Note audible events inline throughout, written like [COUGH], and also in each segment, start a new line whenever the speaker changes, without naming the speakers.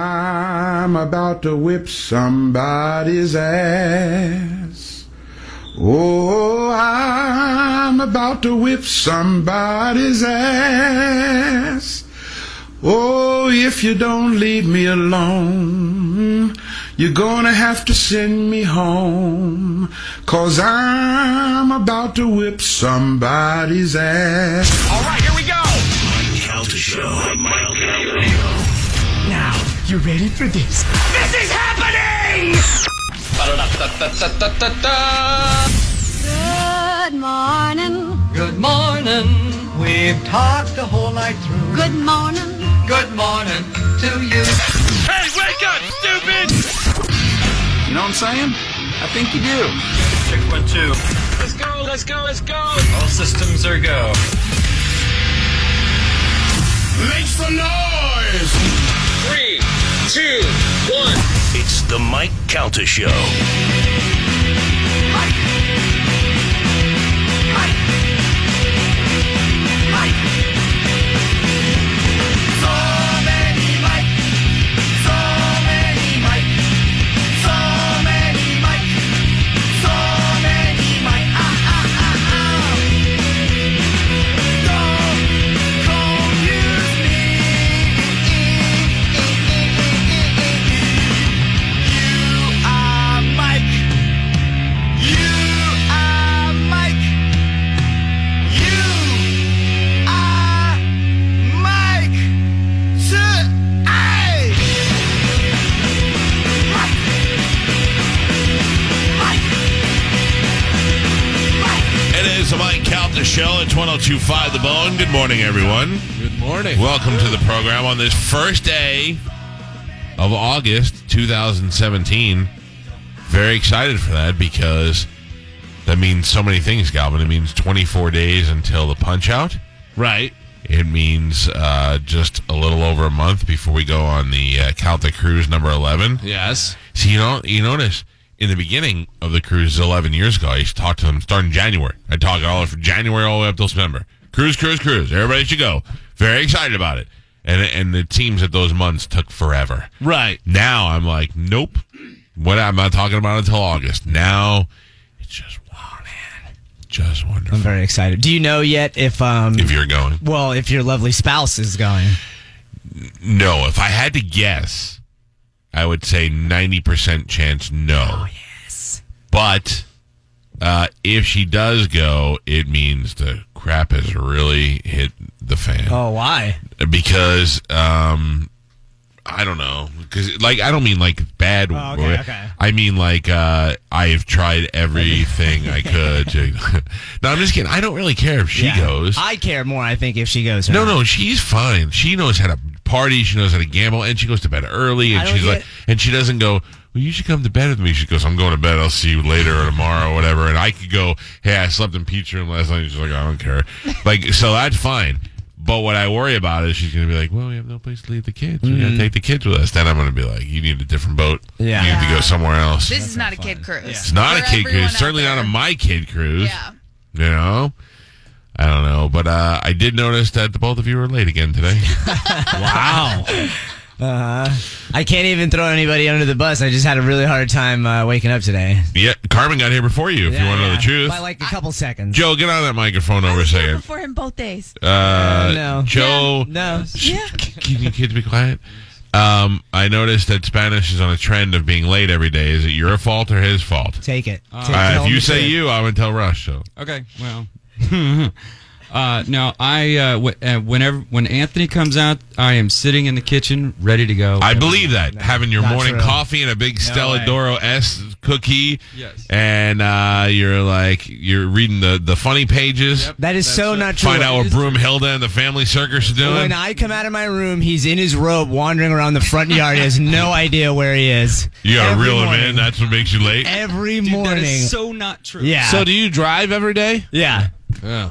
I'm about to whip somebody's ass. Oh, I'm about to whip somebody's ass. Oh, if you don't leave me alone, you're gonna have to send me home. Cause I'm about to whip somebody's ass.
All right, here we go.
Calta Show.
Now, you ready for this?
This is happening. Ba-da-da-da-da-da-da-da.
Good morning.
Good morning. We've talked the whole night through.
Good morning.
Good morning to you.
Hey, wake up, stupid!
You know what I'm saying? I think you do.
Check one, two. Let's go, let's go, let's go. All systems are go.
Make some noise!
Three, two, one.
It's the Mike Calta Show.
It is the Mike Calta Show. oh It's 1025 The Bone. Good morning, everyone.
Good morning.
Welcome to the program on this first day of August 2017. Very excited for that because that means so many things, Goblin. It means 24 days until the punch out.
right.
It means uh, just a little over a month before we go on the uh, Calta Cruise number 11.
Yes.
See, you know, you notice in the beginning of the cruise 11 years ago, I used to talk to them starting January. I talk all from January all the way up till September. Cruise, cruise, cruise. Everybody should go. Very excited about it. And, and the teams at those months took forever.
Right.
Now I'm like, nope. What I'm not talking about until August. Now it's just wow, man. Just wonderful.
I'm very excited. Do you know yet if um
If you're going.
well if your lovely spouse is going?
No, if I had to guess, I would say 90% chance no.
Oh,
yes. But uh, if she does go, it means the crap has really hit the fan.
Oh, why?
Because, um, I don't know. Because, like, I don't mean like bad.
Oh, okay,
way.
okay.
I mean, like, uh, I've tried
[LAUGHS]
everything I could. To, [LAUGHS] no, I'm just kidding. I don't really care if she
Yeah.
goes.
I care more. I think if she goes. or
No,
not.
no, she's fine. She knows how to party. She knows how to gamble, and she goes to bed early.
I
And
don't
she's
get-
like, and she doesn't go. Well, you should come to bed with me. She goes, I'm going to bed. I'll see you later or tomorrow or whatever. And I could go, hey, I slept in Pete's room last night. She's like, I
[LAUGHS]
don't care. Like, so that's fine. But what I worry about is she's going to be like, well, we have no place to leave the kids. We
Mm.
got to take the kids with us. Then I'm going to be like, you need a different boat.
Yeah.
You need to go somewhere else.
This is not a kid cruise.
It's not a
For
kid
everyone
cruise.
out
Certainly
there.
not a my kid cruise.
Yeah.
You know? I don't know. But uh, I did notice that the both of you were late
[LAUGHS]
again today.
Wow.
I can't even throw anybody under the bus. I just had a really hard time uh, waking up today.
yeah, Carmen got here before you, if you
Yeah,
want to know the
yeah.
truth.
By like a couple seconds.
Joe, get on that microphone over a
Here
[LAUGHS]
second.
Before him both days.
Uh,
no.
Joe,
no.
Yeah.
can you kids be quiet? Um, I noticed that Spanish is on a trend of being late every day. Is it your fault or his fault?
Take it. Take it.
Uh,
Tell
if you
him
say
to-
you, I would tell Rush. So
Okay. Well. [LAUGHS] uh, no, I uh, w- uh, whenever when Anthony comes out, I am sitting in the kitchen ready to go.
I believe that having your
Not
morning
true.
coffee and a big Stella
way.
Doro S cookie,
Yes.
and uh, you're like you're reading the the funny pages.
Yep.
That is so
That's
not true.
Find out what Broomhilda and the Family Circus are doing.
when I come out of my room, he's in his robe wandering around the front yard. He has
[LAUGHS]
no idea where he is.
you gotta
Every
reel him in.
morning.
That's what makes you late.
Every
Dude,
morning.
That is so not true.
yeah.
So
So
do you drive every day?
yeah.
Oh.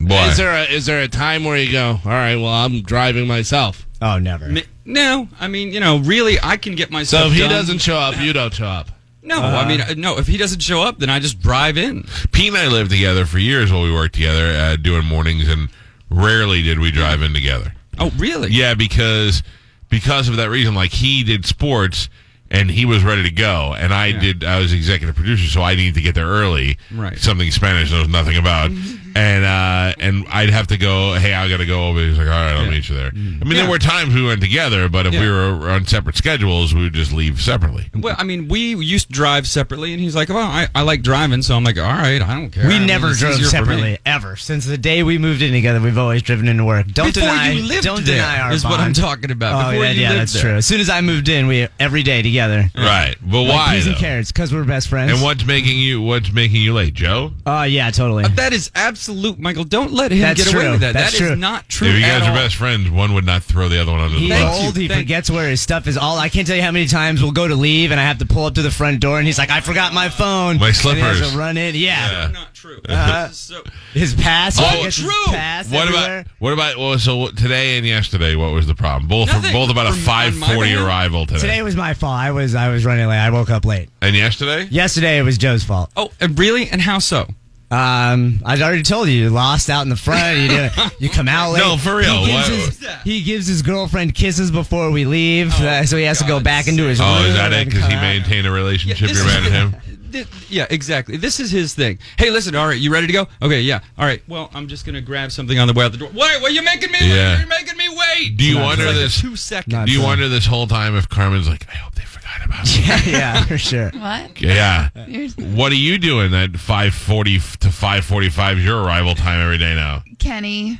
Boy,
Is there a is there a time where you go? All right. Well, I'm driving myself.
Oh, never.
No, I mean, you know, really, I can get myself.
So if he
done.
doesn't show up, you don't show up.
no, I mean, uh, no. If he doesn't show up, then I just drive in.
Pete and I lived together for years while we worked together uh, doing mornings, and rarely did we drive in together.
Oh, really?
Yeah, because because of that reason. Like he did sports and he was ready to go, and I did. I was executive producer, so I needed to get there early.
Right.
Something Spanish knows nothing
[LAUGHS]
about, and uh, and I'd have to go. Hey, I got to go over. He's like, all right, I'll meet you there. I mean, there
Mm-hmm. Yeah.
were times we went together, but if we
Yeah.
were on separate schedules, we would just leave separately.
Well, I mean, we used to drive separately, and he's like, "Well, I, I like driving," so I'm like, "All right, I don't care." I
We
mean,
never
it's
drove
easier for me."
separately ever since the day we moved in together. We've always driven into work. Don't
Before
deny.
you lived
don't
there
deny our
is what
bond.
I'm talking about.
Oh
Before
yeah,
you
yeah
lived
that's
there.
true. As soon as I moved in, we every day together.
Right. But
Like
why?
peas and
though?
carrots because we're best friends.
And what's making you? What's making you late, Joe?
Oh yeah, totally.
Uh, That is absolute, Michael. Don't let him
That's
get away
true.
with that.
That's
That is
true.
not true.
If you
at
guys are
all.
best friends, one would not throw the other one under the
He's
bus.
you.
old. He
Thank-
forgets where his stuff is. All I can't tell you how many times we'll go to leave, and I have to pull up to the front door, and he's like, "I forgot my phone. And he
My
has
slippers.
to run in. Yeah,
Not true.
Uh-huh.
This is so-
his pass.
Oh,
I guess his
true.
Pass
What
everywhere.
about what about well, so what- today and yesterday? What was the problem? Both
Nothing.
both about a
From- on
five
my
forty
behalf?
arrival today.
Today was my fault. I was I was running late. I woke up late.
and yesterday.
Yesterday it was Joe's fault.
oh, and really? And how so?
Um, I already told you, you lost out in the front. You did, you come out late.
[LAUGHS] No, for real.
He gives,
What-
his, he gives his girlfriend kisses before we leave, uh, so he has to go
God's
back into his room.
Oh, is that it?
and
Because
come
he
out.
maintained a relationship.
this
You're mad
is-
at
[LAUGHS]
him.
Thi- Yeah, exactly. This is his thing. Hey, listen. All right, you ready to go? Okay, yeah. All right. Well, I'm just gonna grab something on the way out the door. Wait, well, you're making me
Yeah.
wait. You're making me wait.
Do you
It's
wonder
like
this-
Two seconds.
Not
Do you
true.
wonder this whole time if Carmen's like, I hope they forgot about
[LAUGHS]
me.
[LAUGHS] yeah, for sure.
What?
yeah.
You're
What are you doing at five forty to five forty five? Your arrival time every day now.
Kenny.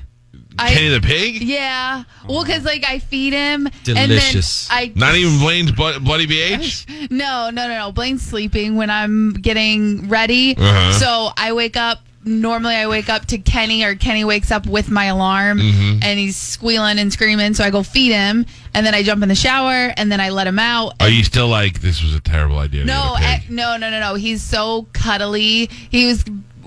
Kenny
I,
the pig.
yeah. Well, because like I feed him.
Delicious.
And then I
Not even Blaine's bu- bloody BH.
no no no no. Blaine's sleeping when I'm getting ready.
Uh-huh.
So I wake up. Normally I wake up to Kenny or Kenny wakes up with my alarm and he's squealing and screaming. So I go feed him and then I jump in the shower and then I let him out.
Are you still like this was a terrible idea? to
No,
get a
eh,
pig?
no, no, no, no. He's so cuddly. He was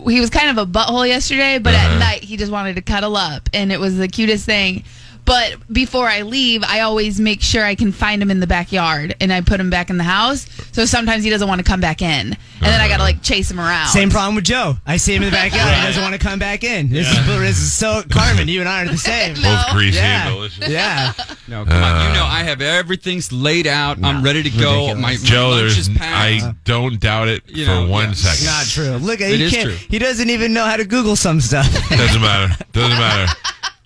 he was kind of a butthole yesterday, but
Uh-huh.
at night he just wanted to cuddle up, and it was the cutest thing. But before I leave, I always make sure I can find him in the backyard, and I put him back in the house. So sometimes he doesn't want to come back in, and then I gotta
Uh-huh.
like chase him around.
Same problem with Joe. I see him in the backyard. He doesn't want to come back in. This, is, this is so Carmen. You and I are the same.
Both
[LAUGHS]
greasy
Yeah.
and delicious.
Yeah.
No, come
Uh,
on. You know I have everything's laid out. I'm ready to go.
ridiculous.
My, my
Joe,
lunch is
there's
packed.
I don't doubt it
You
for
know,
one
yeah.
second.
Not true. Look, at
It
he
is
can't.
true.
He doesn't even know how to Google some stuff. [LAUGHS]
Doesn't matter. Doesn't matter.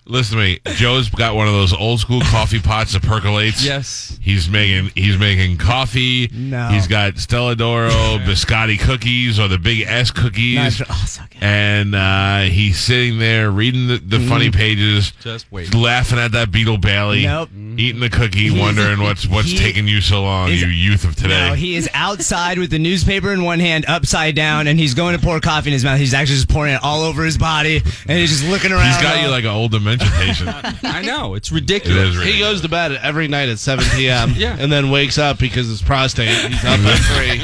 Listen to me. Joe's got one of those old school coffee pots that percolates.
Yes.
He's making he's making coffee.
No.
He's got
[LAUGHS]
Stella Doro biscotti cookies or the big S cookies.
Not true. Oh, so good.
And uh, he's sitting there reading the,
Mm-hmm.
the funny pages,
Just wait.
laughing at that Beetle Bailey,
Nope.
eating the cookie, wondering what's what's
he-
taking you so long,
he's-
you youth of today.
No, he is outside with the newspaper in one hand, upside down, and he's going to pour coffee in his mouth. He's actually just pouring it all over his body, and he's just looking around.
he's got you like an old dementia patient.
[LAUGHS]
[LAUGHS]
I know it's
It
ridiculous.
is
He
ridiculous.
goes to bed every night at
[LAUGHS]
7 p.m.
Yeah.
and then wakes up because his prostate. He's up at three.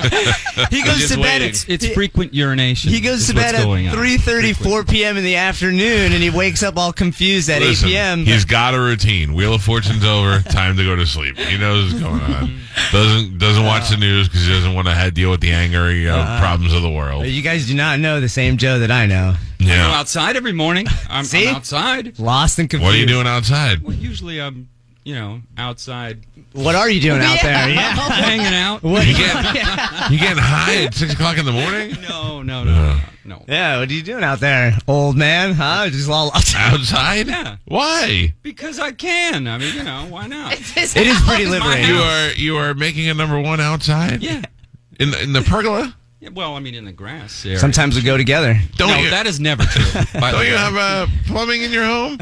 he goes
just
to bed.
waiting.
At,
It's
he-
frequent urination.
He goes
is
to
what's
bed at
going on.
3:30, 4 p.m. in the afternoon, and he wakes up all confused at
Listen,
8 p.m.
He's got a routine. Wheel of Fortune's over. Time to go to sleep. He knows what's going on. Doesn't doesn't watch the news because he doesn't want to have deal with the anger you know, problems of the world.
you guys do not know the same Joe that I know.
I'm
Yeah.
outside every morning. I'm,
See?
I'm outside.
Lost and confused.
What are you doing outside?
Well, usually I'm, you know, outside
What are you doing
[LAUGHS]
out there? Yeah.
hanging out.
What?
You getting you getting high at six o'clock in the morning?
No, no, no, no, no. no.
Yeah, what are you doing out there, old man? Huh? Just
[LAUGHS]
all. [LAUGHS]
Outside?
Yeah.
Why?
Because I can. I mean, you know, why not?
It is pretty liberating.
You are you are making a number one outside?
Yeah.
In the, in the pergola?
Yeah, Well, I mean, in the grass. Area.
Sometimes we go together.
Don't
No,
you
that is never true. By the
don't
way,
you have uh, plumbing in your home?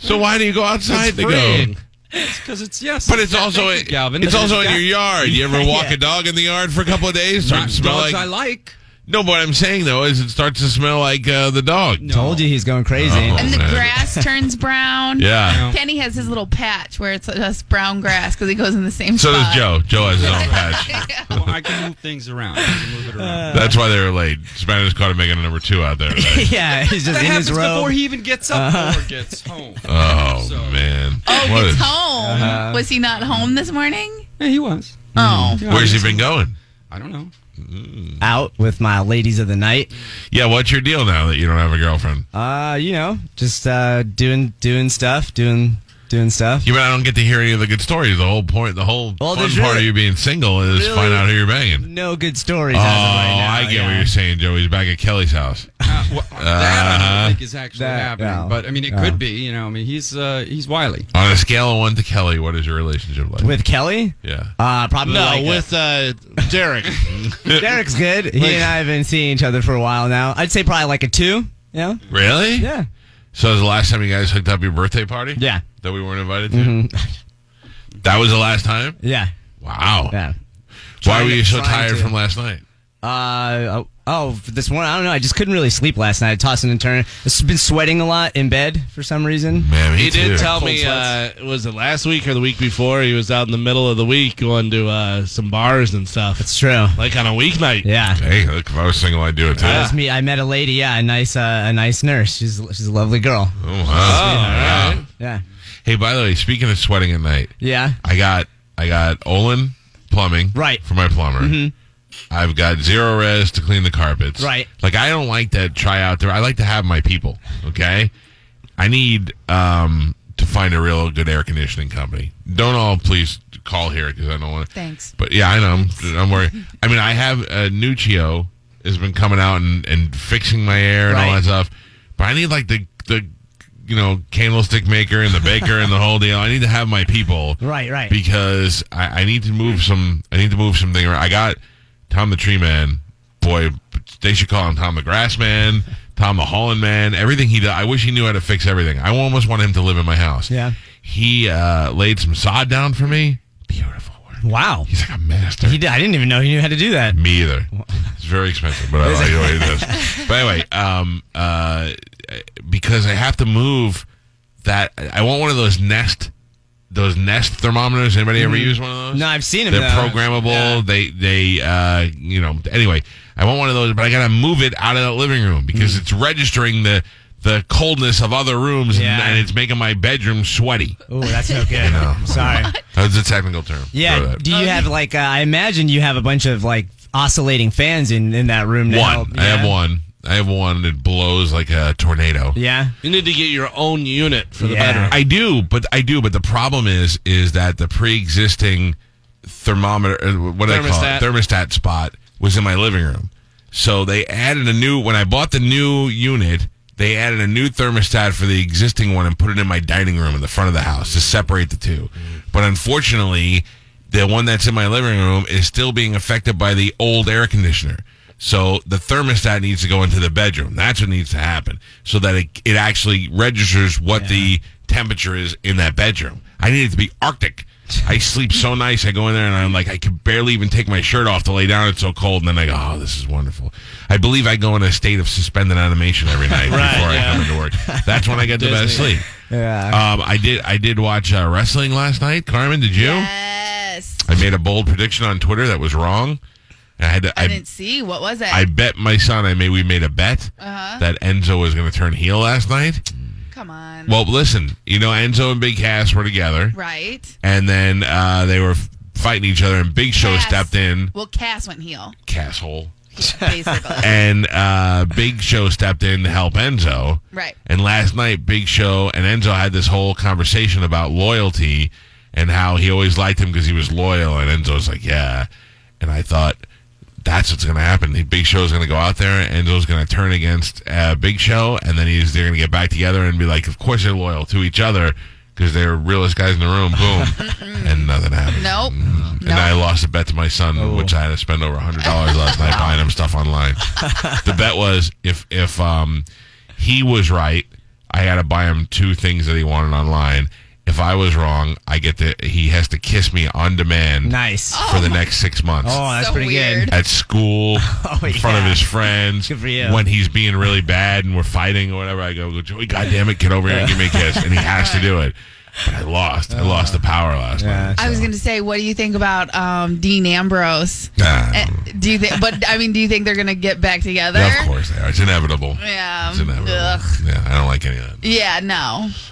so why do you go outside to go?
Free.
because it's yes.
But it's also
thank you, Galvin.
it's also in
[LAUGHS] Yeah.
your yard. You ever walk
Yeah.
a dog in the yard for a couple of days? Start
Not
to smell
dogs
like
I like.
no. What I'm saying though is it starts to smell like uh, the dog.
No.
Told you he's going crazy.
Oh.
And the
man.
grass turns brown.
Yeah.
No.
Kenny has his little patch where it's just brown grass because he goes in the same
So
spot.
does
[LAUGHS]
Joe. Joe has his
[LAUGHS]
own patch.
Well, I can move things around. I can move it around.
That's why they were late. Spanish caught him making a number two out there.
[LAUGHS]
Today.
[LAUGHS] yeah, he's just
that
in
happens
his robe.
before he even gets up or gets home.
Oh
So-
man.
Oh,
What Uh-huh.
he's
is-
home. Was he not home this morning?
Yeah, he was.
Hmm.
Oh.
Where's he been going?
I don't know.
out with my ladies of the night.
Yeah. What's your deal now that you don't have a girlfriend?
Uh, you know, just uh, doing doing stuff, doing doing stuff.
You mean I don't get to hear any of the good stories? The whole point, the whole
Well,
fun
there's
part of
really-
you being single is
really-
find out who you're banging.
No good stories.
Oh,
as of right now,
I get what
yeah.
you're saying, Joey. He's back at Kelly's house.
Uh,
That I
Uh-huh.
don't think is actually
That-
happening.
no.
But I mean, it
No.
could be. You know, I mean, he's uh, he's wily.
On a scale of one to Kelly, what is your relationship like?
With Kelly?
yeah.
Uh, probably
No,
like a-
with uh, Derek.
[LAUGHS] Derek's good. He and I have been seeing each other for a while now. I'd say probably like a two. Yeah.
really?
Yeah.
So it was the last time you guys hooked up your birthday party?
Yeah.
That we weren't invited to? That was the last time?
Yeah.
Wow.
Yeah.
Why
Trying
were
to-
you so
trying
tired
to.
from last night?
Uh, oh, for this morning, I don't know. I just couldn't really sleep last night, tossing and turning. I've been sweating a lot in bed for some reason.
Man, me
He did
too.
tell me, uh,
sweats.
was it last week or the week before? He was out in the middle of the week going to uh, some bars and stuff.
It's true.
like on a weeknight.
Yeah.
Hey, look, if I was single, I'd do it too.
That was me. I met a lady. Yeah, a nice, uh, a nice nurse. She's she's a lovely girl.
Oh, wow. Wow.
Yeah.
Hey, by the way, speaking of sweating at night,
Yeah.
I got I got Olin plumbing
Right. Mm-hmm.
for my plumber. I've got zero res to clean the carpets.
Right.
Like I don't like to try out there. I like to have my people. Okay. I need um to find a real good air conditioning company. Don't all please call here because I don't want to.
Thanks.
But yeah, I know. I'm, I'm worried. I mean, I have uh, Nuccio has been coming out and, and fixing my air and all
Right.
that stuff. But I need like the the you know candlestick maker and the baker and the whole deal. I need to have my people
Right, right.
because I, I need to move some. I need to move something. around. I got Tom the Tree Man. Boy, they should call him Tom the Grass Man, Tom the Holland Man. Everything he does, I wish he knew how to fix everything. I almost want him to live in my house.
Yeah.
He uh, laid some sod down for me. Beautiful work.
Wow.
He's like a master.
He did. I didn't even know he knew how to do that.
Me either. It's very expensive, but I like the way it
[LAUGHS]
is. But anyway, um, uh, because I have to move that. I want one of those Nest, those Nest thermometers. Anybody
Mm.
ever use one of those?
No, I've seen him.
They're
though.
programmable. They they uh, you know. Anyway, I want one of those, but I gotta move it out of that living room
Mm.
because it's registering the the coldness of other rooms and-
Yeah.
and it's making my bedroom sweaty.
Oh, that's no good. I'm Sorry.
That's a technical term. for
Yeah.
that.
Do you have like? Uh, I imagine you have a bunch of like oscillating fans in in that room. To help.
One. I
Yeah?
have one. I have one that blows like a tornado.
Yeah.
You need to get your own unit for the
Yeah.
bedroom.
I do, but I do, but the problem is, is that the pre-existing thermometer, uh, what do they call
Thermostat.
it, thermostat spot was in my living room. So they added a new. When I bought the new unit, they added a new thermostat for the existing one and put it in my dining room in the front of the house to separate the two.
Mm.
But unfortunately, the one that's in my living room is still being affected by the old air conditioner. So the thermostat needs to go into the bedroom. That's what needs to happen so that it, it actually registers what the temperature is in that bedroom. I need it to be Arctic. I sleep so nice. I go in there and I'm like, I can barely even take my shirt off to lay down. It's so cold. And then I go, oh, this is wonderful. I believe I go in a state of suspended animation every night before I come into work. That's when I get the best
Disney.
sleep. Yeah. Um, I did. I did watch uh, wrestling last night. Carmen, did you?
Yes.
I made a bold prediction on Twitter that was wrong. And I had to.
I,
I,
didn't see. What was it?
I bet my son. I made. We made a bet
Uh-huh.
that Enzo was going to turn heel last night.
Come on.
Well, listen. You know, Enzo and Big Cass were together
right.
and then uh, they were f- fighting each other, and Big Show
Cass.
stepped in,
Well, Cass went heel,
[LAUGHS] casshole,
basically.
and uh, Big Show stepped in to help Enzo.
Right.
And last night, Big Show and Enzo had this whole conversation about loyalty and how he always liked him because he was loyal, and Enzo's like, yeah. And I thought. That's what's going to happen. The Big Show's going to go out there, Enzo's going to turn against uh, Big Show, and then he's, they're going to get back together and be like, "Of course they're loyal to each other because they're realest guys in the room." Boom, and nothing happened.
nope.
Hmm. And I lost a bet to my son,
Oh.
which I had to spend over hundred dollars last night buying him
[LAUGHS]
stuff online. the bet was if if um he was right, I had to buy him two things that he wanted online. If I was wrong, I get to he has to kiss me on demand
Nice. Oh,
for the next six months.
that's
so
pretty
weird.
good. [LAUGHS]
At school, in front of
Oh, yeah.
his friends,
Good for you.
when he's being really bad and we're fighting or whatever, I go, "Joey, goddamn it, get over here and give me a kiss," and he has to do it. But I lost. I lost the power last
Yeah.
night.
I was going to say, what do you think about um, Dean Ambrose?
Nah.
Eh, Do you think? But I mean, do you think they're going to get back together?
Yeah, of course they are. It's inevitable.
Yeah.
It's inevitable.
Ugh.
Yeah, I don't like any of that.
Yeah. No.